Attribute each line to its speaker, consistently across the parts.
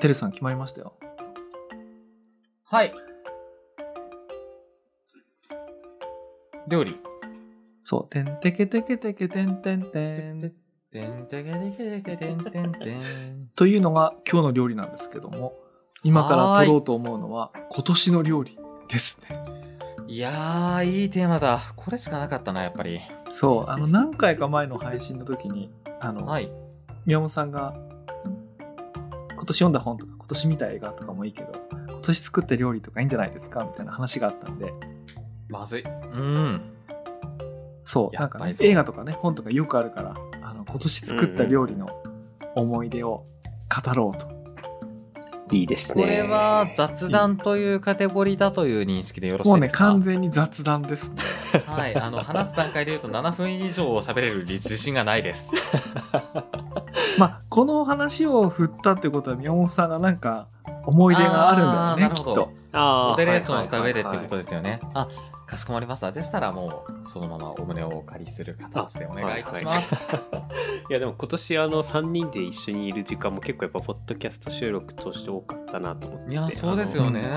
Speaker 1: テルさん決まりましたよ。
Speaker 2: はい。料理。
Speaker 1: そう。てんてけてけてけてんてんてん。
Speaker 2: てんてけてけてけてんてんてん。
Speaker 1: というのが今日の料理なんですけども、今から取ろうと思うのは今年の料理ですね。
Speaker 2: いやー、いいテーマだ。これしかなかったな、やっぱり。
Speaker 1: そう。あの、何回か前の配信の時に、あの、
Speaker 2: はい。
Speaker 1: 宮本さんが、今年読んだ本とか、今年見た映画とかもいいけど、今年作った料理とかいいんじゃないですかみたいな話があったんで、
Speaker 2: まずい。うん。
Speaker 1: そう、な
Speaker 2: や
Speaker 1: ん
Speaker 2: っ
Speaker 1: か
Speaker 2: ぱ
Speaker 1: ね、
Speaker 2: りそう
Speaker 1: 映画とかね、本とかよくあるから、あの、今年作った料理の思い出を語ろうと。
Speaker 3: いいです
Speaker 2: こ
Speaker 3: ね。
Speaker 2: れは雑談というカテゴリーだという認識でよろし
Speaker 1: もう
Speaker 2: い
Speaker 1: ね、
Speaker 2: ですか
Speaker 1: 完全に雑談ですね。
Speaker 2: はい。あの、話す段階で言うと7分以上喋れる自信がないです。
Speaker 1: まあ、この話を振ったってことは、宮本さんがなんか思い出があるんだよ
Speaker 2: あーな
Speaker 1: ね、
Speaker 2: る
Speaker 1: きっ
Speaker 2: ほど
Speaker 1: と。
Speaker 3: あー
Speaker 2: モデレーションした上でっ
Speaker 3: はい
Speaker 2: て
Speaker 3: はい
Speaker 2: こ
Speaker 3: は
Speaker 2: と
Speaker 3: いはい
Speaker 2: ですよね。あ、かしこまりました。でしたらもう、そのままお胸をお借りする形でお願いいたします。
Speaker 3: いやでも今年あの3人で一緒にいる時間も結構やっぱポッドキャスト収録として多かったなと思ってて
Speaker 2: いやそうです
Speaker 1: よ
Speaker 3: あの
Speaker 1: ね
Speaker 3: はい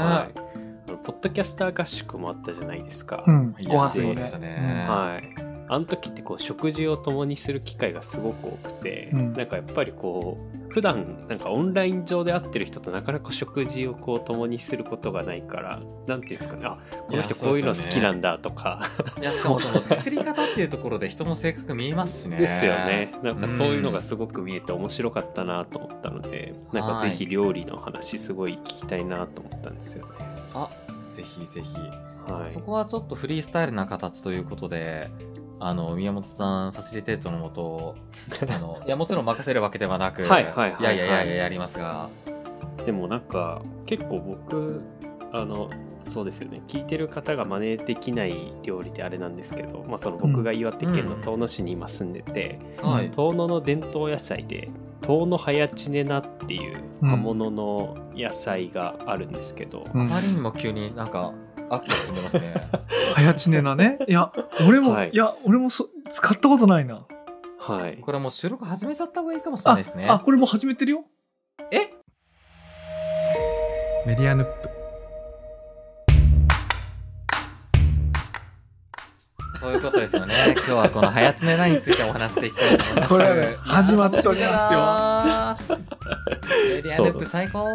Speaker 3: あのポッドキャスター合宿もあったじゃないですか、
Speaker 1: うん、
Speaker 2: いや
Speaker 1: ご発
Speaker 3: そう
Speaker 1: 音
Speaker 3: で
Speaker 1: で
Speaker 2: したね
Speaker 3: はいあの時ってこう食事を共にする機会がすごく多くて、
Speaker 1: うん
Speaker 3: なんかやっぱりこう普段なんかオンライン上で会ってる人となかなか食事をこう共にすることがないからなんていうんですかねあこの人
Speaker 2: いや
Speaker 3: こういうの
Speaker 2: そうですよね
Speaker 3: 好きなんだとか
Speaker 2: いやしかもその作り方っていうところで人の性格見えますしね。
Speaker 3: ですよね。なんかそういうのがすごく見えて面白かったなと思ったので、なんかぜひ料理の話すごい聞きたいなと思ったんですよね。
Speaker 2: あぜひぜひ、
Speaker 3: はい
Speaker 2: そ。 こはちょっとフリースタイルな形ということであの宮本さんファシリテートのもとあのいやもちろん任せるわけではなく
Speaker 3: はいはいはいはい
Speaker 2: やいやいやいややりますが
Speaker 3: でもなんか結構僕あのそうですよね聞いてる方が真似できない料理であれなんですけど、まあ、その僕が岩手県の遠野市に今住んでて、
Speaker 1: はい
Speaker 3: 遠野の伝統野菜で遠野早知ねなっていう葉物の野菜があるんですけど、
Speaker 1: うん
Speaker 2: あまりにも急になんか秋が飛んでますね
Speaker 1: 早知ねなね。いや、俺も、
Speaker 3: はい
Speaker 1: い、や、俺もそ使ったことないな。
Speaker 3: はい
Speaker 2: これもう収録始めちゃった方がいいかもしれないですね
Speaker 1: あ、これもう始めてるよ。
Speaker 2: え
Speaker 1: メディアヌップ。
Speaker 2: そういうことですよね今日はこの早知ねなについてお話していきたいと思います
Speaker 1: これはね始まっておりますよ
Speaker 2: よメディアループ最高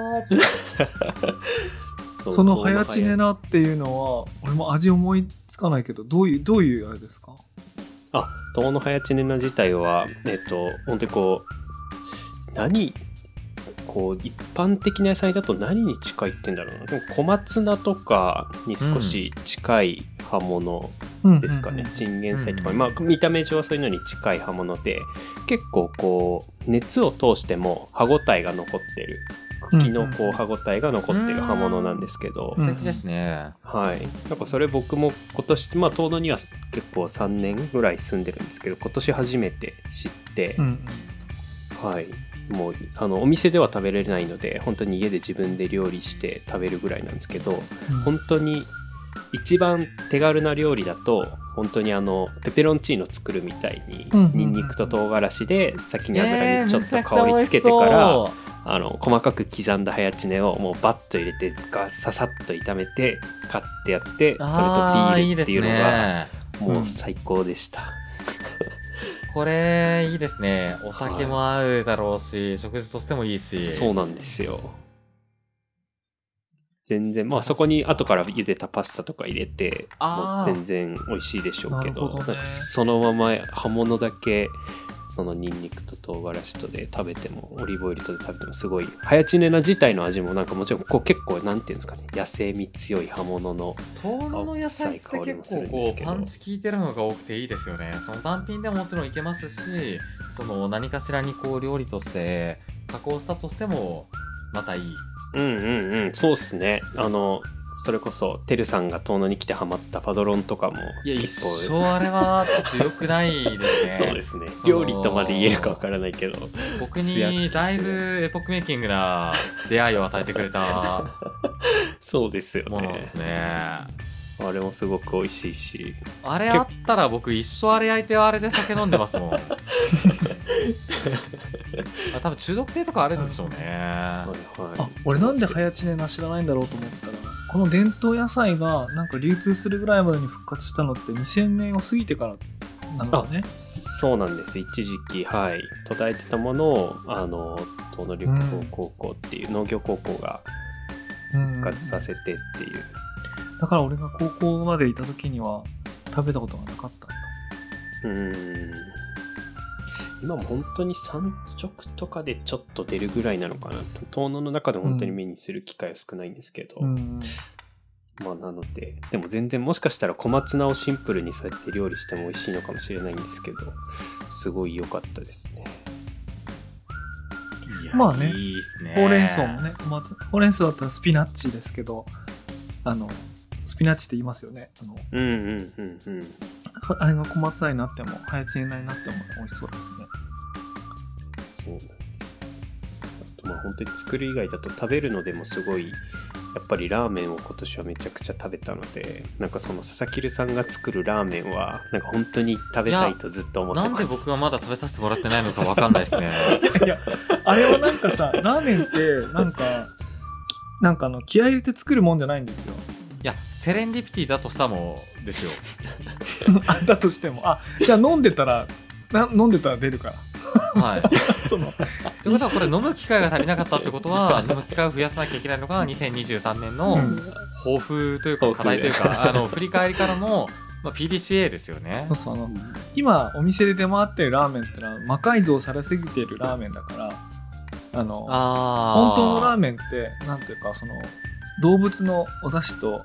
Speaker 3: そ
Speaker 1: その早知ねなっていうのは、俺も味思いつかないけど、どういう、どういうあれですか
Speaker 3: あ、遠野早知ねな自体は、えっと、本当にこう、何、こう、一般的な野菜だと何に近いって言うんだろうな。でも小松菜とかに少し近い葉物
Speaker 1: うん
Speaker 3: ですかね。チンゲン菜とか、
Speaker 2: うん
Speaker 3: まあ、見た目上はそういうのに近い葉物で、結構こう、熱を通しても歯ごたえが残ってる。茎の
Speaker 1: うん
Speaker 3: こ
Speaker 1: うん
Speaker 3: う歯ごたえが残ってる葉物なんですけど、
Speaker 1: うん
Speaker 2: 素敵ですね、
Speaker 3: はい、なんかそれ僕も今年まあ遠野には結構3年ぐらい住んでるんですけど今年初めて知って
Speaker 1: う、んうん
Speaker 3: はいもうあのお店では食べれないので本当に家で自分で料理して食べるぐらいなんですけど本当に一番手軽な料理だと本当にあのペペロンチーノ作るみたいに、
Speaker 1: うんうんうん
Speaker 3: ニンニクと唐辛子で先に
Speaker 2: え
Speaker 3: 油
Speaker 2: ー
Speaker 3: にちょっと香りつけてから、あの細かく刻んだ早知ねをもうバッと入れてガささっと炒めて買ってやってそれとビールっていうのが
Speaker 2: あーいいですね
Speaker 3: もう最高でした
Speaker 2: これいいですねお酒も合うだろうし、食事としてもいいし
Speaker 3: そうなんですよ全然まあそこに後から茹でたパスタとか入れても
Speaker 2: あ
Speaker 3: う
Speaker 2: ー
Speaker 3: 全然美味しいでしょうけど
Speaker 1: なるほどね
Speaker 3: そのまま葉物だけそのニンニクと唐辛子とで食べてもオリーブオイルとで食べてもすごい早知ねな自体の味もなんかもちろんこう結構なんていうんですかね野生味強い葉物の
Speaker 2: 遠野の野菜って結構こうパンチ効いてるのが多くていいですよねその単品でももちろんいけますしその何かしらにこう料理として加工したとしてもまたいい
Speaker 3: うんうんうんそうっすねあのそれこそてるさんが遠野に来てハマったパドロンとかも
Speaker 2: いや一
Speaker 3: 結構
Speaker 2: 生あれはちょっと良くないですね
Speaker 3: そうです ね
Speaker 2: その
Speaker 3: 料理とまで言えるかわからないけど
Speaker 2: 僕
Speaker 3: 素焼きで
Speaker 2: に
Speaker 3: すね
Speaker 2: だいぶエポックメイキング な出会いを与えてくれた
Speaker 3: そうですよ
Speaker 2: もので
Speaker 3: ね
Speaker 2: すね
Speaker 3: あれもすごく美味しいし
Speaker 2: あれあったら僕一生あれ焼いてあれで酒飲んでます もんあ多分中毒性とかあるんでしょうね、
Speaker 3: はいはい
Speaker 1: あ俺なんで早知念が知らないんだろうと思ったらこの伝統野菜がなんか流通するぐらいまでに復活したのって2000年を過ぎてからなんだね
Speaker 3: そうなんです一時期はい途絶えてたものをあの東農旅行高校っていう、農業高校が
Speaker 1: うん
Speaker 3: 復活させてっていう、
Speaker 1: だから俺が高校までいた時には食べたことがなかったんだ
Speaker 3: うーん今も本当に産直とかでちょっと出るぐらいなのかなと遠野の中で本当に目にする機会は少ないんですけど、
Speaker 1: うん
Speaker 3: まあなのででも全然もしかしたら小松菜をシンプルにそうやって料理しても美味しいのかもしれないんですけどすごい良かったですね
Speaker 2: いや
Speaker 1: まあね
Speaker 2: いいっすね
Speaker 1: ほうれん草もね小松ほうれん草だったらスピナッチですけどあのスピナッチって言いますよねあの
Speaker 3: うんうんうんうん
Speaker 1: はあれが小松菜になっても早知念菜になっても美味しそうですね
Speaker 3: そうなんです。あとまあ本当に作る以外だと食べるのでもすごいやっぱりラーメンを今年はめちゃくちゃ食べたのでなんかその佐々木留さんが作るラーメンはなんか本当に食べたいとずっと思って
Speaker 2: なん
Speaker 3: ます。
Speaker 2: で僕がまだ食べさせてもらってないのかわかんない ですね
Speaker 1: あれはなんかさラーメンってなんかなんかあの気合い入れて作るもんじゃないんですよ
Speaker 2: いやセレンディピティだとしたもですよ
Speaker 1: あだとしてもあじゃあ飲んでたらな飲んでたら出るから
Speaker 2: はい
Speaker 1: その
Speaker 2: ということはこれ飲む機会が足りなかったってこと は飲む機会を増やさなきゃいけないのが2023年の
Speaker 1: うん
Speaker 2: 抱負というか
Speaker 3: 抱負
Speaker 2: 課題というかあの振り返りからの、まあ、PDCA ですよね
Speaker 1: そうそうあの今お店で出回ってるラーメンってのは魔改造されすぎているラーメンだからあの
Speaker 2: あ
Speaker 1: 本当のラー
Speaker 2: ン
Speaker 1: メンってなんていうかその動物のお出汁と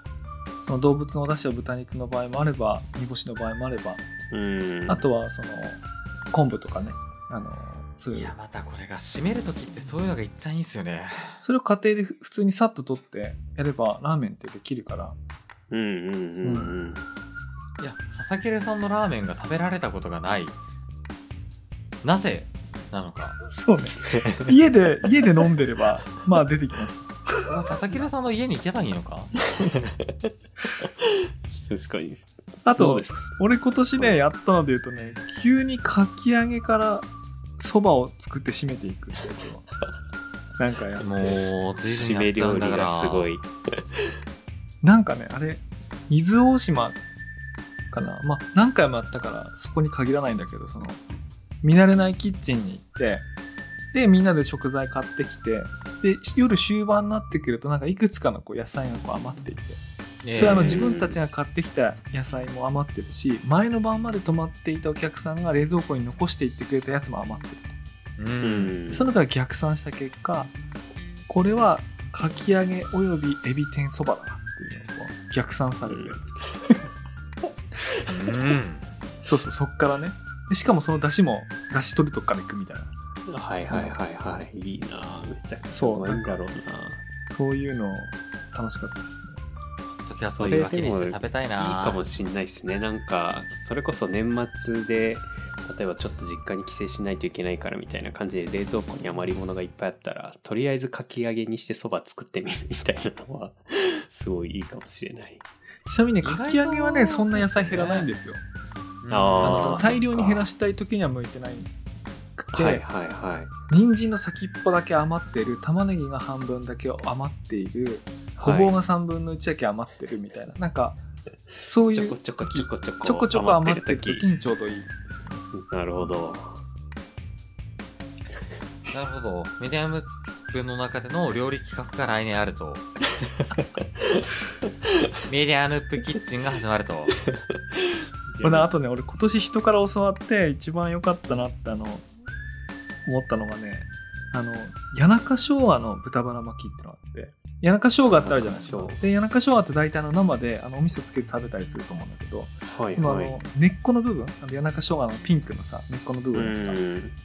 Speaker 1: その動物のお出汁を豚肉の場合もあれば煮干しの場合もあれば
Speaker 3: うん
Speaker 1: あとはその昆布とかねあのそう
Speaker 2: い
Speaker 1: いう
Speaker 2: やまたこれが締める時ってそういうのがいっちゃいいんですよね
Speaker 1: それを家庭でふ普通にさっと取ってやればラーメンってできるから
Speaker 3: うんうんうんうん
Speaker 2: いや佐々木留さんのラーメンが食べられたことがないなぜなのか
Speaker 1: そうね 家で家で飲んでればまあ出てきます
Speaker 2: この佐々木留さんの家に行けばいいのか
Speaker 3: 確かに
Speaker 1: あと
Speaker 3: です
Speaker 1: 俺今年ねやったので言うとね急にかき揚げからそばを作って締めていくってやつをなんかや
Speaker 2: もう随
Speaker 3: 締
Speaker 2: 分や
Speaker 3: め
Speaker 2: っちゃ
Speaker 3: 料
Speaker 2: うん
Speaker 3: 理
Speaker 2: だから
Speaker 3: がすごい
Speaker 1: なんかね、あれ、伊豆大島かな。まあ、何回もやったから、そこに限らないんだけど、その、見慣れないキッチンに行って、で、みんなで食材買ってきて、で、夜終盤になってくると、なんかいくつかのこう野菜がこう余っていて、
Speaker 2: ええ
Speaker 1: それはあの
Speaker 3: うん
Speaker 1: 自分たちが買ってきた野菜も余ってるし、前の晩まで泊まっていたお客さんが冷蔵庫に残していってくれたやつも余ってる。
Speaker 2: う
Speaker 3: うんん
Speaker 1: そのから逆算した結果、これはかき揚げおよびエビ天そばだなっていうのが逆算されてる。
Speaker 2: うん
Speaker 1: そうそう、そっからね。でしかもその出汁も、出汁取るとこから行くみたいな。
Speaker 3: はいはいはいはいいいなぁめちゃくちゃうまいんだろうな
Speaker 1: そういうの楽しかったですね。
Speaker 2: ちょっとそういうわけにして食べたいない
Speaker 3: いかもしんないですねなんかそれこそ年末で例えばちょっと実家に帰省しないといけないからみたいな感じで冷蔵庫に余り物がいっぱいあったらとりあえずかき揚げにしてそば作ってみるみたいなのは すごいいいかもしれない
Speaker 1: ちなみにね、
Speaker 2: 意外と
Speaker 1: かき揚げはね、そんな野菜減らないんですよ。あ
Speaker 3: あー
Speaker 1: の
Speaker 3: そっか
Speaker 1: 大量に減らしたい時には向いてない。で、
Speaker 3: はいはいはい
Speaker 1: 人参の先っぽだけ余ってる、玉ねぎが半分だけ余っている、ご
Speaker 3: はい
Speaker 1: ぼうが3分の1だけ余ってるみたいな。なんか、そうい
Speaker 3: ちょ
Speaker 1: う
Speaker 3: こ、ちょこちょこちょこ
Speaker 1: ちょこちょこ余ってる
Speaker 3: 時
Speaker 1: 時にちょうどいい。
Speaker 3: なるほど
Speaker 2: なるほど。ミディアム分の中での料理企画が来年ある と。ミディアムプキッチンが始まると。
Speaker 1: まあね、あとね俺今年人から教わって一番良かったなってあの思ったのがねあの谷中生姜の豚バラ巻きってのがあって谷中生姜ってあるじゃないですか
Speaker 3: 谷中生
Speaker 1: で谷中生姜って大体あの生であのお味噌つけて食べたりすると思うんだけど
Speaker 3: はい
Speaker 1: 今あ
Speaker 3: はい
Speaker 1: の根っこの部分あの谷中生姜のピンクのさ根っこの部
Speaker 3: う
Speaker 1: 分です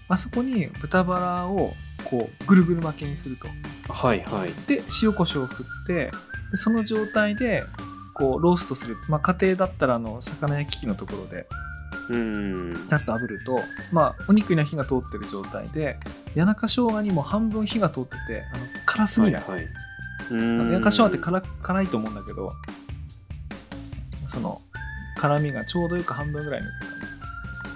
Speaker 1: か
Speaker 3: ん
Speaker 1: あそこに豚バラをこうぐるぐる巻きにすると
Speaker 3: はいはい
Speaker 1: で塩コショウを振ってでその状態でこうローストする、まあ、家庭だったらあの魚焼き器のところで
Speaker 3: うん
Speaker 1: だと炙ると、まあ、お肉には火が通ってる状態で谷中生姜にも半分火が通っててあの辛すぎない、
Speaker 3: はいはい
Speaker 1: あの
Speaker 3: うん
Speaker 1: 谷中生姜って辛辛いと思うんだけどその辛みがちょうどよく半分ぐらい抜けたね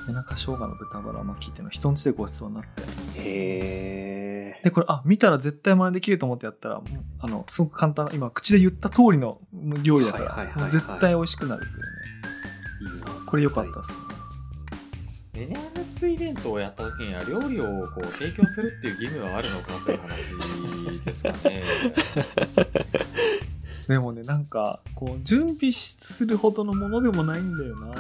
Speaker 1: 谷中生姜の豚バラ巻きっていうの人んちでごちそうになって
Speaker 3: へえ
Speaker 1: でこれあ見たら絶対真似できると思ってやったらもうあのすごく簡単な今口で言った通りの料理だから、
Speaker 3: はいはいはいはい
Speaker 1: もう絶対美味しくなるっていうねこれ良かったっすね、
Speaker 2: メニアムップイベントをやった時には料理をこう提供するっていう義務はあるのかという話ですかね。
Speaker 1: でもねなんかこう準備するほどのものでもないんだよななん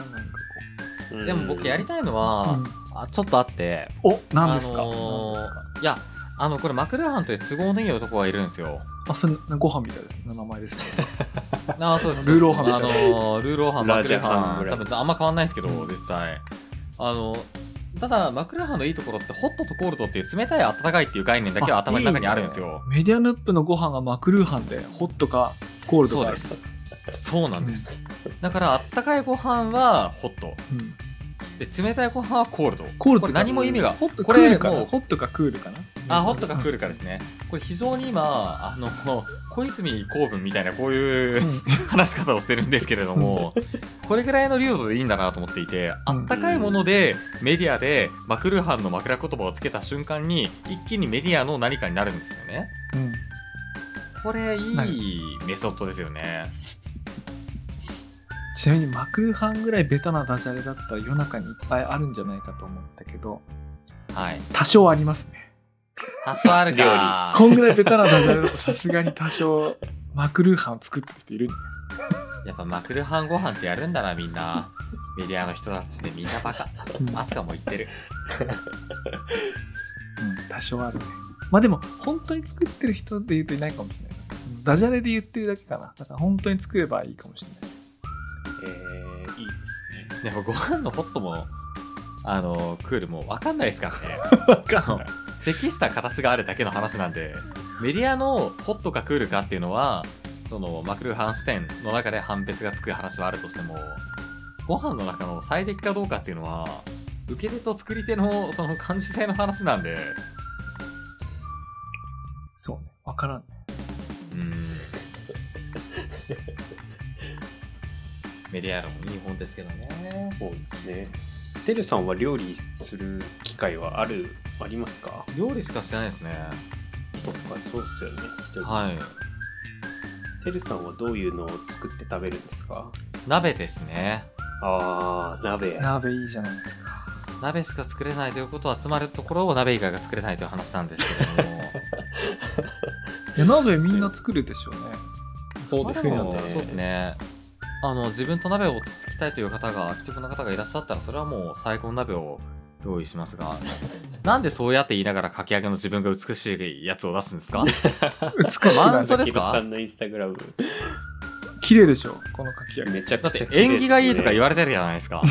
Speaker 1: か
Speaker 2: でも僕やり
Speaker 3: た
Speaker 2: たいのは、
Speaker 1: こう、
Speaker 2: あちょっとあって、
Speaker 1: お何ですか,、
Speaker 2: あのー
Speaker 1: 何ですか
Speaker 2: いや、あのこれマクルーハンという都合のいい男がいるんです よ。
Speaker 1: あそれご飯みたいですね名前ですね
Speaker 2: あそうです
Speaker 1: ルーローハンみた
Speaker 2: あ
Speaker 1: いな
Speaker 2: のルーローハンマ
Speaker 3: ラ
Speaker 2: ク
Speaker 3: ジ
Speaker 2: ルー
Speaker 3: ャハン
Speaker 2: ハン
Speaker 3: ぐら
Speaker 2: 多
Speaker 3: い
Speaker 2: 分あんま変わんないですけど実際あのただマクルーハンのいいところってホットとコールドっていう冷たい温かいっていう概念だけは頭の中にあるんですよ
Speaker 1: メディアヌップのご飯がマクルーハンでホットかコールド
Speaker 2: そう
Speaker 1: かあ
Speaker 2: で
Speaker 1: る
Speaker 2: すそうなんですだからあったかいご飯はホット
Speaker 1: うん
Speaker 2: で冷たいご飯はコールド
Speaker 1: コールド
Speaker 2: これ
Speaker 1: か
Speaker 2: 何も意味が
Speaker 1: ホット
Speaker 2: こ
Speaker 1: クー
Speaker 2: れ
Speaker 1: ルかな
Speaker 2: もう
Speaker 1: ホットかクールかな
Speaker 2: あホットかクールかですすねこれ非常に今あの小泉公文みたいなこういううん話し方をしてるんですけれどもこれぐらいの流度でいいんだなと思っていてあったかいものでメディアでマクルーハンの枕言葉をつけた瞬間に一気にメディアの何かになるんですよね
Speaker 1: うん
Speaker 2: これい
Speaker 1: なる
Speaker 2: いメソッドですよね
Speaker 1: ちなみにマクルーハンぐらいベタなダジャレだったら夜中にいっぱいあるんじゃないかと思ったけど
Speaker 2: はい
Speaker 1: 多少ありますね
Speaker 2: 発祥あるか
Speaker 1: こんぐらいベタなダジャレだとさすがに多少マクルーハン作ってる人いるね
Speaker 2: やっぱマクルーハンご飯ってやるんだなみんなメディアの人たちでみんなバカ
Speaker 1: うん
Speaker 2: アスカも言ってる
Speaker 1: うん、多少あるね。まあでも、本当に作ってる人で言うといないかもしれない。ダジャレで言ってるだけかな。だから本当に作ればいいかもしれない。
Speaker 3: えー、いいですね
Speaker 2: でもご飯のホットもあのクールも分かんないですからね
Speaker 1: わ
Speaker 2: かんない適した形があるだけの話なんでメディアのホットかクールかっていうのはそのマクルーハン視点の中で判別がつく話はあるとしてもご飯の中の最適かどうかっていうのは受け手と作り手のその感受性の話なんで
Speaker 1: そうね。わからんね。
Speaker 2: うんメディア論いい本ですけどね
Speaker 3: そうですねてるさんは料理する機会はあるありますか
Speaker 2: 料理しかしてないですね
Speaker 3: そっかそうっすよね一人
Speaker 2: はい
Speaker 3: てるさんはどういうのを作って食べるんですか
Speaker 2: 鍋ですね
Speaker 3: あー鍋
Speaker 1: 鍋いいじゃないですか。
Speaker 2: 鍋しか作れないということはつまるところを鍋以外が作れないという話なんですけれども
Speaker 1: いや、鍋みんな作るでしょうね。
Speaker 3: そうですよ
Speaker 2: まあ
Speaker 3: ね
Speaker 2: でもそうですねあの自分と鍋をつつきたいという方が既得な方がいらっしゃったらそれはもう最高の鍋を用意します がなんでそうやって言いながらかき揚げの自分が美しいやつを出すん ですか
Speaker 1: 美しくな
Speaker 2: 本当
Speaker 1: る。
Speaker 2: ですか
Speaker 3: てるさんのインスタグラム
Speaker 1: 綺麗でしょう。このかき揚げ。
Speaker 3: めちゃ
Speaker 2: だっ
Speaker 3: くち
Speaker 2: て
Speaker 3: ゃ
Speaker 2: 縁起がいいとか言
Speaker 3: わ
Speaker 2: われてるじゃないですか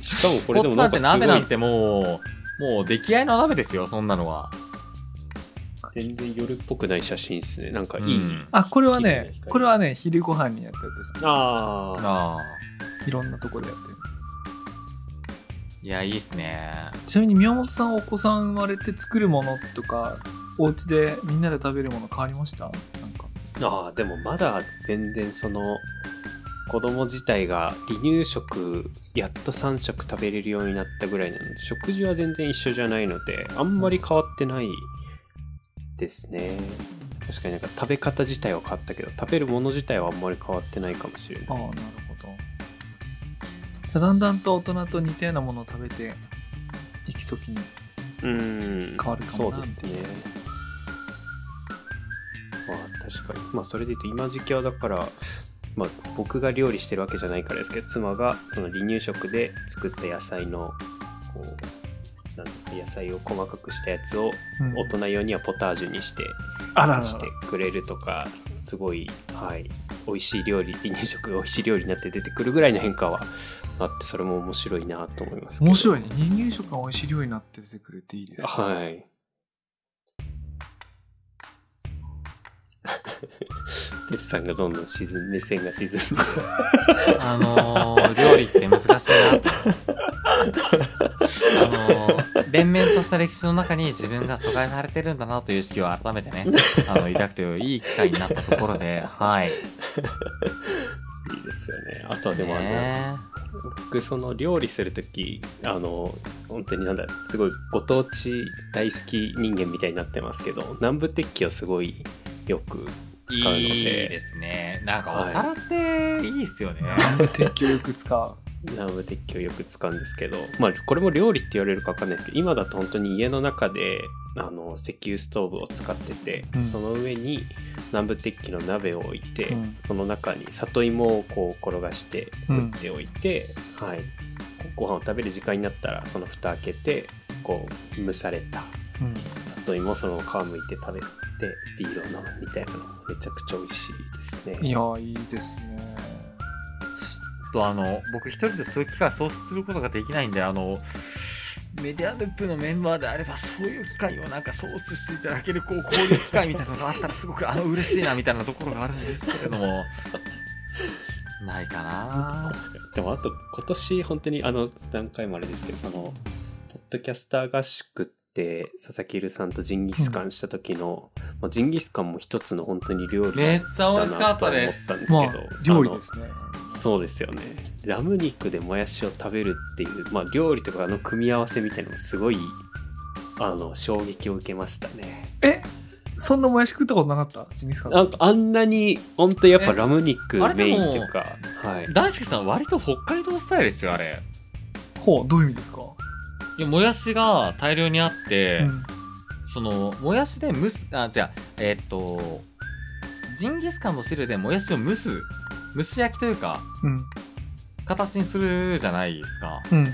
Speaker 3: しか もこ
Speaker 2: こ
Speaker 3: れ
Speaker 2: っ
Speaker 3: でも
Speaker 2: ちな
Speaker 3: なん
Speaker 2: んて
Speaker 3: かすご
Speaker 2: 鍋なん
Speaker 3: い
Speaker 2: てもうもう出来合いの鍋ですよそんなのは
Speaker 3: 全然夜っぽくない写真ですねなんかいい、
Speaker 2: うん
Speaker 1: あ、これはね
Speaker 3: 綺麗な光、
Speaker 1: これはね、昼ご飯にやったやつですね。
Speaker 3: ああ
Speaker 2: ああ
Speaker 1: いろんなとこでやってる。
Speaker 2: いやいいっすね
Speaker 1: ちなみに宮本さんお子さん生まれて作るものとか、お家でみんなで食べるもの変わりましたなんか。
Speaker 3: ああでもまだ全然その子供自体が離乳食やっと3食食べれるようになったぐらいなので食事は全然一緒じゃないのであんまり変わってないですね確かになんか食べ方自体は変わったけど食べるもの自体はあんまり変わってないかもしれ
Speaker 1: ああ
Speaker 3: ない
Speaker 1: なるほどだんだんと大人と似たようなものを食べていくときに
Speaker 3: うん
Speaker 1: 変わるか
Speaker 3: そ
Speaker 1: もな
Speaker 3: うですねまあ確かにまあそれで言うと今時期はだからまあ僕が料理してるわけじゃないからですけど妻がその離乳食で作った野菜のこうなんですか野菜を細かくしたやつを
Speaker 1: うん
Speaker 3: 大人用にはポタージュにして
Speaker 1: あららら
Speaker 3: してくれるとかすごいはい美味しい料理離乳食が美味しい料理になって出てくるぐらいの変化はあってそれも面白いなと思いますけど
Speaker 1: 面白いね人間食が美味しい料理になって出てくれていいですね
Speaker 3: はい。てるさんがどんどん沈ん目線が沈んで
Speaker 2: あのー、料理って難しいなと。あのー、連綿とした歴史の中に自分が疎外されてるんだなという意識を改めて ね、あの、抱くといういい機会になったところで、はい。
Speaker 3: いいですですよね。あとはでもあの、僕その料理する時あの本当になんだすごいご当地大好き人間みたいになってますけど南部鉄器をすごいよく使うので
Speaker 2: いいですねなんかお皿っていいですよね、
Speaker 1: 鉄球よく使う。
Speaker 3: 南部鉄器をよく使うんですけど、まあ、これも料理って言われるか分かんないですけど今だと本当に家の中であの石油ストーブを使ってて、
Speaker 1: うん
Speaker 3: その上に南部鉄器の鍋を置いて、
Speaker 1: うん
Speaker 3: その中に里芋をこう転がして
Speaker 1: うん
Speaker 3: 打っておいて、はい、ご飯を食べる時間になったらその蓋開けてこう蒸された
Speaker 1: うん
Speaker 3: 里芋をそのまま皮むいて食べてビールを飲むみたいなのもめちゃくちゃ美味しいですね。
Speaker 1: いやーいいですね。
Speaker 2: ちょっとあの僕一人でそういう機会を創出することができないんであのメディアループのメンバーであればそういう機会をなんか創出していただけるこうこういう機会みたいなのがあったらすごくあの嬉しいなみたいなところがあるんですけれど もないかな
Speaker 3: 確かにでもあと今年本当にあの段階もあれですけどそのポッドキャスター合宿って佐々木るさんとジンギスカンした時の、まあ、ジンギスカンも一つの本当に料理
Speaker 2: め
Speaker 3: だ
Speaker 2: っちゃ美味しか
Speaker 3: な
Speaker 2: っ
Speaker 3: と
Speaker 2: た
Speaker 3: 思っ
Speaker 2: です
Speaker 3: たんですけど、
Speaker 1: まあ料理
Speaker 3: あの
Speaker 1: ですね。
Speaker 3: そうですよねラム肉でもやしを食べるっていう、まあ、料理とかの組み合わせみたいなのすごいあの衝撃を受けましたね
Speaker 1: えそんなもやし食ったことなかったジンギスカン
Speaker 3: なんかあんなに本当やっぱ
Speaker 2: え
Speaker 3: ラム肉
Speaker 2: あれで
Speaker 3: メイ
Speaker 2: も
Speaker 3: ンというかはい
Speaker 2: 大輔さん割と北海道スタイルですよあれ
Speaker 1: ほうどういう意味ですか、
Speaker 2: いやもやしが大量にあって、
Speaker 1: うん
Speaker 2: そのもやしで蒸すあじゃあえーっとジンギスカンの汁でもやしを蒸す蒸し焼きというか
Speaker 1: うん
Speaker 2: 形にするじゃないですか
Speaker 1: うん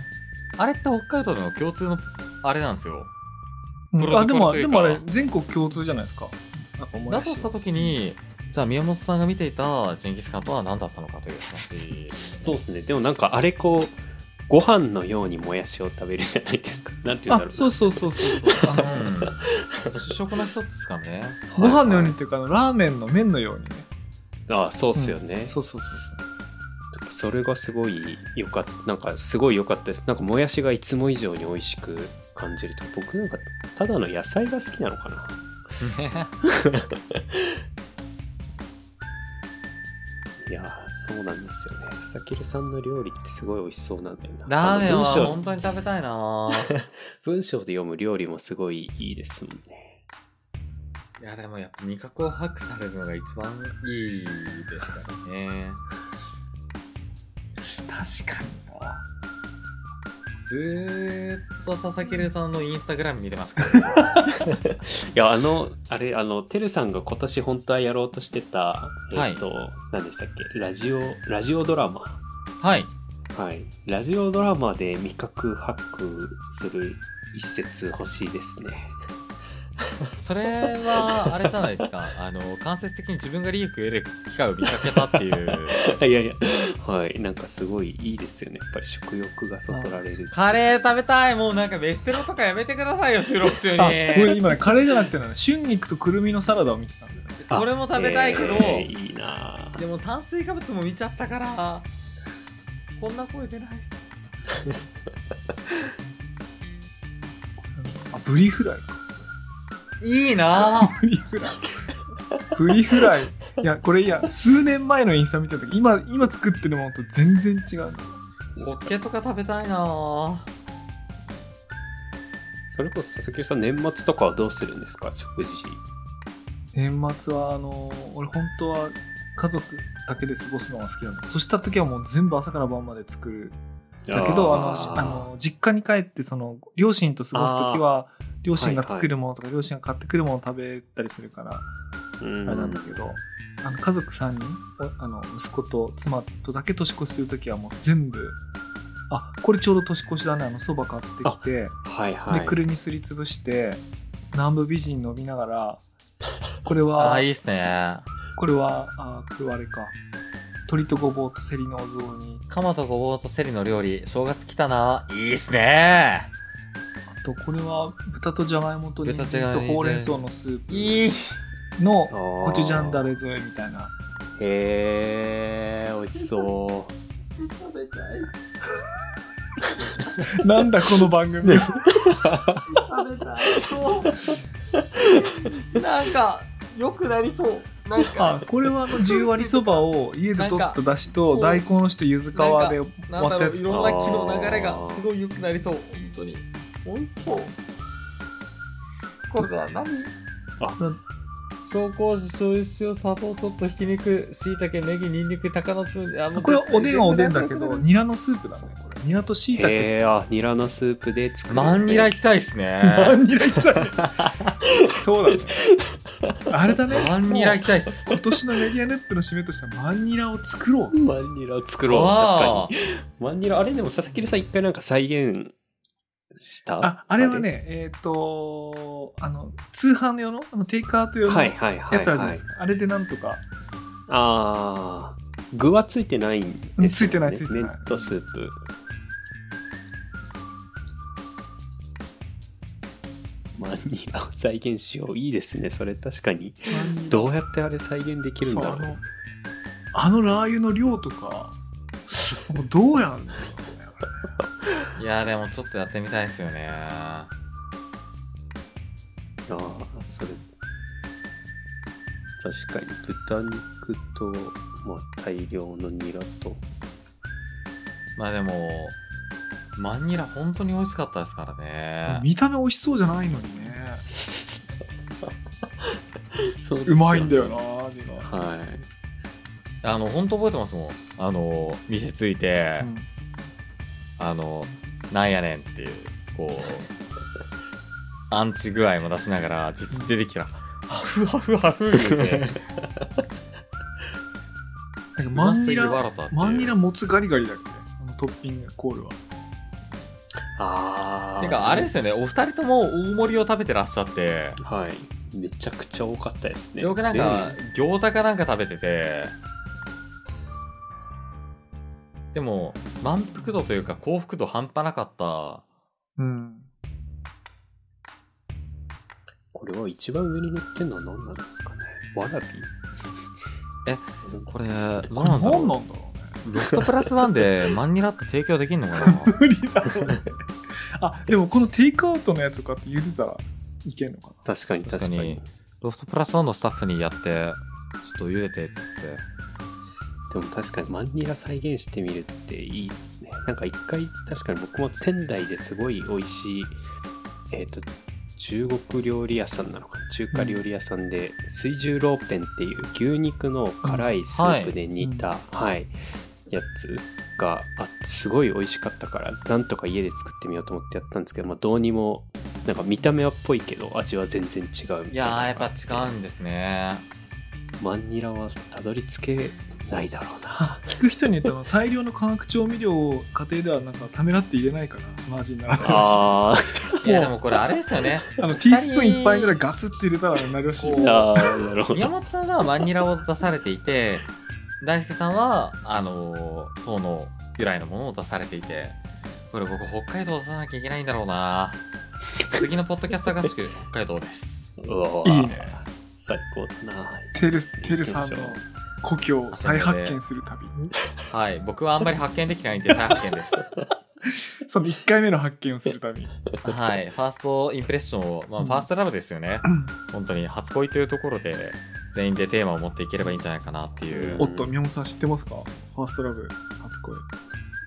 Speaker 2: あれって北海道の共通のあれなんですよプ
Speaker 1: うん、
Speaker 2: ロ
Speaker 1: あでも
Speaker 2: プロとい
Speaker 1: で
Speaker 2: うか
Speaker 1: もあれ全国共通じゃないですかなんかも
Speaker 2: だ
Speaker 1: や
Speaker 2: と
Speaker 1: し
Speaker 2: した時にじゃあ宮本さんが見ていたジンギスカンとは何だったのかという話
Speaker 3: そうですね。でもなんかあれこうご飯のようにもやしを食べるじゃないですか。なんて言うんだ
Speaker 1: あ
Speaker 3: ろう。
Speaker 1: そうそうそうそうそうあ
Speaker 2: う
Speaker 1: の
Speaker 2: ん主食の一つですかね
Speaker 1: ご飯のように
Speaker 3: は
Speaker 1: っ
Speaker 3: い
Speaker 1: ていうかあのラーメンの麺のようにね
Speaker 3: はいあ、そうっすよね。
Speaker 1: そうそうそうそう
Speaker 3: それがすごい良かった。なんかすごい良かったです。なんかもやしがいつも以上に美味しく感じると。僕なんかただの野菜が好きなのかな。いやーそうなんですよね。佐々木留さんの料理ってすごい美味しそうなんだよな。
Speaker 2: ラーメンは
Speaker 3: あの文章
Speaker 2: 本当に食べたいな
Speaker 3: 文章で読む料理もすごいいいですもんね。
Speaker 2: いやでもやっぱ味覚を把握されるのが一番いいですからね
Speaker 1: 確かにな
Speaker 2: ずーっと佐々木留さんのインスタグラム見てますから
Speaker 3: いやあのあれあのてるさんが今年本当はやろうとしてたえっ、
Speaker 2: はい
Speaker 3: と、何でしたっけラジオラジオドラマ
Speaker 2: はい
Speaker 3: はいラジオドラマで味覚ハックする一節欲しいですね
Speaker 2: それはあれじゃない ですかあの間接的に自分が利益を得る機会を見かけたって いう
Speaker 3: いやいやはいなんかすごいいいですよねやっぱり食欲がそそられる
Speaker 2: カレー食べたいもうなんか飯テロとかやめてくださいよ収録中
Speaker 1: あごめん
Speaker 2: に
Speaker 1: 今ねカレーじゃなくてね春菊とくるみのサラダを見てたんだよね
Speaker 3: あ
Speaker 2: それも食べたいけど、
Speaker 3: えーいいなぁ
Speaker 2: でも炭水化物も見ちゃったからこんな声出ない
Speaker 1: あブリフライか
Speaker 2: いいなぁ
Speaker 1: ブリフライブリフライいやこれいや数年前のインスタ見た時今今作ってるものと全然違う
Speaker 2: ホッケとか食べたいなぁ
Speaker 3: それこそ佐々木さん年末とかはどうするんですか食事
Speaker 1: 年末はあのー俺本当は家族だけで過ごすのが好きなのそした時はもう全部朝から晩まで作るだけどあのしあの実家に帰ってその両親と過ごす時は両親が作るものとか両親が買ってくるものを食べたりするからあ
Speaker 3: うん
Speaker 1: れなんだけど、あの家族3人おあの息子と妻とだけ年越しする時はもう全部あこれちょうど年越しだねあのそば買ってきて。
Speaker 3: はいはい
Speaker 1: でくるみすりつぶして南部美人飲みながらこれ
Speaker 2: あ
Speaker 1: は
Speaker 2: ーいいっすね
Speaker 1: これはあーこれはあれか鶏とごぼうとセリのお雑煮
Speaker 2: 鎌とごぼうとセリの料理正月来たないいっすね
Speaker 1: あとこれは豚とじゃがいもと人
Speaker 2: 豚とじ
Speaker 1: 参
Speaker 2: ゃがい
Speaker 1: と
Speaker 2: も
Speaker 1: ほうれん草のスー
Speaker 2: いい
Speaker 1: プの
Speaker 3: あー
Speaker 1: コチュジャンダレ添えみたいな
Speaker 3: へえ美味しそう
Speaker 2: 食べたい
Speaker 1: なんだこの番組は
Speaker 2: 食べたいそうなんか良くなりそう
Speaker 4: なん
Speaker 1: あ
Speaker 4: か、
Speaker 1: これはあの十割そばを家で取っただしと
Speaker 4: な
Speaker 1: 大
Speaker 4: んか
Speaker 1: 根の人ゆず皮で割
Speaker 4: なんだ
Speaker 1: った
Speaker 4: ろ
Speaker 1: や
Speaker 4: う、
Speaker 1: つ
Speaker 4: い
Speaker 1: か
Speaker 4: ろんな気の流れ
Speaker 3: あ
Speaker 4: が
Speaker 3: ー
Speaker 4: すごい良くなりそう。本当に。美味しそう。これは何
Speaker 2: 紹興酒、醤油、塩、砂糖、ちょっとひき肉、しいたけ、ネギ、にんにく、鷹の爪、あ
Speaker 1: これはおでんはおでんだけど
Speaker 2: 絶
Speaker 1: ニラのスープだねこれニラとしいたけ
Speaker 3: えー、あニラのスープで作
Speaker 2: 対
Speaker 3: る
Speaker 2: マンニラ行きたいっすね。
Speaker 1: ニラいきたいそうだねあれだね
Speaker 2: マンニ
Speaker 1: も
Speaker 2: ラ
Speaker 1: う
Speaker 2: 行きたいっす。
Speaker 1: 今年のメディアネットの締めとしてはマンニラを作ろう
Speaker 3: マンニラを作ろう確か
Speaker 2: わ
Speaker 3: にマンニラあれでも佐々木さん一回なんか再現した
Speaker 1: ああれはねえっ、とあの通販用のあのテイクアウト用の
Speaker 3: はい
Speaker 1: やつ
Speaker 3: はい
Speaker 1: あ
Speaker 3: は
Speaker 1: る
Speaker 3: い、
Speaker 1: じゃな
Speaker 3: は
Speaker 1: で
Speaker 3: いい
Speaker 1: す、か、あれでなんとか
Speaker 3: ああ具はついてないんですよ
Speaker 1: う
Speaker 3: ね
Speaker 1: んついてないついてない
Speaker 3: 麺とスープマンニラを再現しよういいですねそれ確かにどうやってあれ再現できるんだろう
Speaker 1: そうあのあのラー油の量とかもうどうやんの
Speaker 2: いやーでもちょっとやってみたいっすよね。
Speaker 3: ああ、それ。確かに、豚肉と、まあ、大量のニラと。
Speaker 2: まあでも、マンニラ本当に美味しかったですからね。
Speaker 1: 見た目美味しそうじゃないのにね
Speaker 3: そう
Speaker 1: うまいんだ
Speaker 3: よ。
Speaker 1: よな味が、
Speaker 3: はい。
Speaker 2: あの、本当覚えてますもん。あの、店ついて、
Speaker 1: うん
Speaker 2: あの、なんやねんっていう、こう、アンチ具合も出しながら、実質出てきたら、ハフハフハフって、
Speaker 1: なんかマンニ
Speaker 2: うますぎ
Speaker 1: ラ
Speaker 2: 笑ったっていう
Speaker 1: マンニラもつガリガリだっけあのトッピングコールは
Speaker 3: ああ。
Speaker 2: てか、あれですよね、お二人とも大盛りを食べてらっしゃって、
Speaker 3: はい。めちゃくちゃ多かったですね。
Speaker 2: よくなんか、餃子かなんか食べてて、でも、満腹度というか幸福度半端なかった。
Speaker 1: うん
Speaker 3: これは一番上に乗ってんのは何なんですかね。わらび
Speaker 2: え、これ、なん
Speaker 1: これ
Speaker 2: なんだろ
Speaker 1: 何
Speaker 2: う。
Speaker 1: なんだろうね
Speaker 2: ロフトプラスワンでマンニラって提供できんのかな
Speaker 1: 無理だろうねあでもこのテイクアウトのやつとかって茹でたらいけんのか
Speaker 3: 確かに確かに。
Speaker 2: 確かにロフトプラスワンのスタッフにやって、ちょっと茹でてっつって。
Speaker 3: でも確かにマンニラ再現してみるっていいですね。なんか一回確かに僕も仙台ですごい美味しい、えっ、と、中国料理屋さんなのかな中華料理屋さんで、水十郎ペンっていう牛肉の辛いスープで煮た、はい、やつがあって、すごい美味しかったから、なんとか家で作ってみようと思ってやったんですけど、まあどうにも、なんか見た目はっぽいけど、味は全然違うみたいな。
Speaker 2: いやー、やっぱ違うんですね。
Speaker 3: マンニラはたどり着けないだろ うな。
Speaker 1: な聞く人によって は大量の化学調味料を家庭ではなんかためらって入れないからその味にならないらしい
Speaker 3: あー。
Speaker 2: いや、でもこれあれですよね。
Speaker 1: あのティースプーン一杯ぐらいガツって入れたらなるらしいよ
Speaker 2: こう
Speaker 3: ああ、なるほ
Speaker 2: 宮
Speaker 3: ど。
Speaker 2: 本さんはマンニラを出されていて、大輔さんは、あのー、糖の由来のものを出されていて、これ僕、北海道出さなきゃいけないんだろうな次のポッドキャスト合宿、北海道です。
Speaker 3: うわ
Speaker 1: いいね。
Speaker 3: 最高だな。
Speaker 1: テルステルさんの故郷を再発見する旅
Speaker 2: はい、僕はあんまり発見できてないんで、再発見です。
Speaker 1: その1回目の発見をする旅
Speaker 2: はい、ファーストインプレッションを、まあ、
Speaker 1: うん
Speaker 2: ファーストラブですよね。本当に、初恋というところで、全員でテーマを持っていければいいんじゃないかなっていう
Speaker 1: お。っと宮本さん知ってますかファーストラブ初恋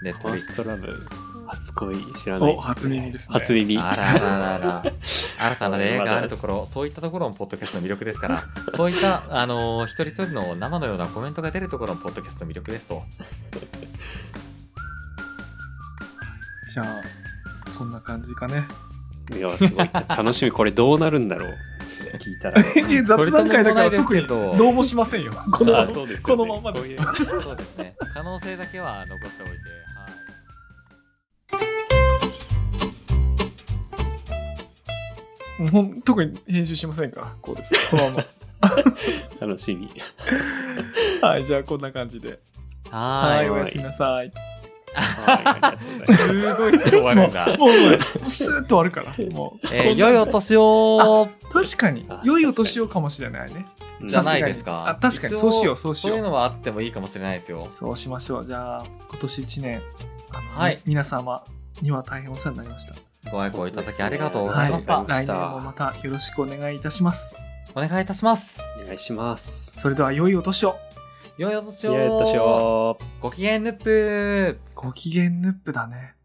Speaker 2: ネッ
Speaker 3: フ
Speaker 2: ト
Speaker 3: ァ
Speaker 2: フ
Speaker 3: ー
Speaker 2: リック
Speaker 3: ス
Speaker 2: ス
Speaker 3: トラブ、初恋知らないっす、ね。
Speaker 1: お初耳ですね
Speaker 3: 初耳。
Speaker 2: あらあらあら あら新たな例があるところそういったところもポッドキャストの魅力で すからそういった、あのー一人一人の生のようなコメントが出るところもポッドキャストの魅力ですと
Speaker 1: じゃあそんな感じかね
Speaker 3: いや、すごい。楽しみ。これどうなるんだろう。聞いたら。
Speaker 1: いや 雑談会だから特に
Speaker 2: ど
Speaker 1: どうもしませんよ この
Speaker 3: あーそうです
Speaker 1: こ
Speaker 3: よね
Speaker 1: のままです
Speaker 2: そうですね可能性だけは残しておいてはい
Speaker 1: もう特に編集しませんからこうですこのま
Speaker 3: 楽しみ。
Speaker 1: まはいじゃあこんな感じで
Speaker 2: は
Speaker 1: は
Speaker 2: ー
Speaker 1: い
Speaker 2: い
Speaker 1: おやすみなさい
Speaker 3: はいありがと う
Speaker 2: すご
Speaker 3: ございます
Speaker 2: いすぐ終わるん だ
Speaker 1: もうもうスーッと終わるからもう
Speaker 2: えー、良いお年 を
Speaker 1: 確かに
Speaker 3: あ
Speaker 1: 良いお年をかもしれないね
Speaker 3: うん
Speaker 2: じゃないですか
Speaker 1: あ確かにそうしようそうし
Speaker 2: そう
Speaker 1: よ
Speaker 2: いう
Speaker 1: う
Speaker 2: のはあってもいいかもしれないですよ
Speaker 1: そうしましょうじゃあ今年1年あの
Speaker 2: はい
Speaker 1: 皆様には大変お世話になりました
Speaker 2: ご愛顧いただきありがとうございました、
Speaker 3: はい
Speaker 1: 来年もまたよろしくお願いいたします
Speaker 2: お願いいたします
Speaker 3: お願いします。
Speaker 1: それでは良いお年を
Speaker 2: 良いお年
Speaker 3: いや、やったし
Speaker 2: を
Speaker 3: よう。
Speaker 2: ご機嫌ヌップ
Speaker 1: ご機嫌ヌップだね。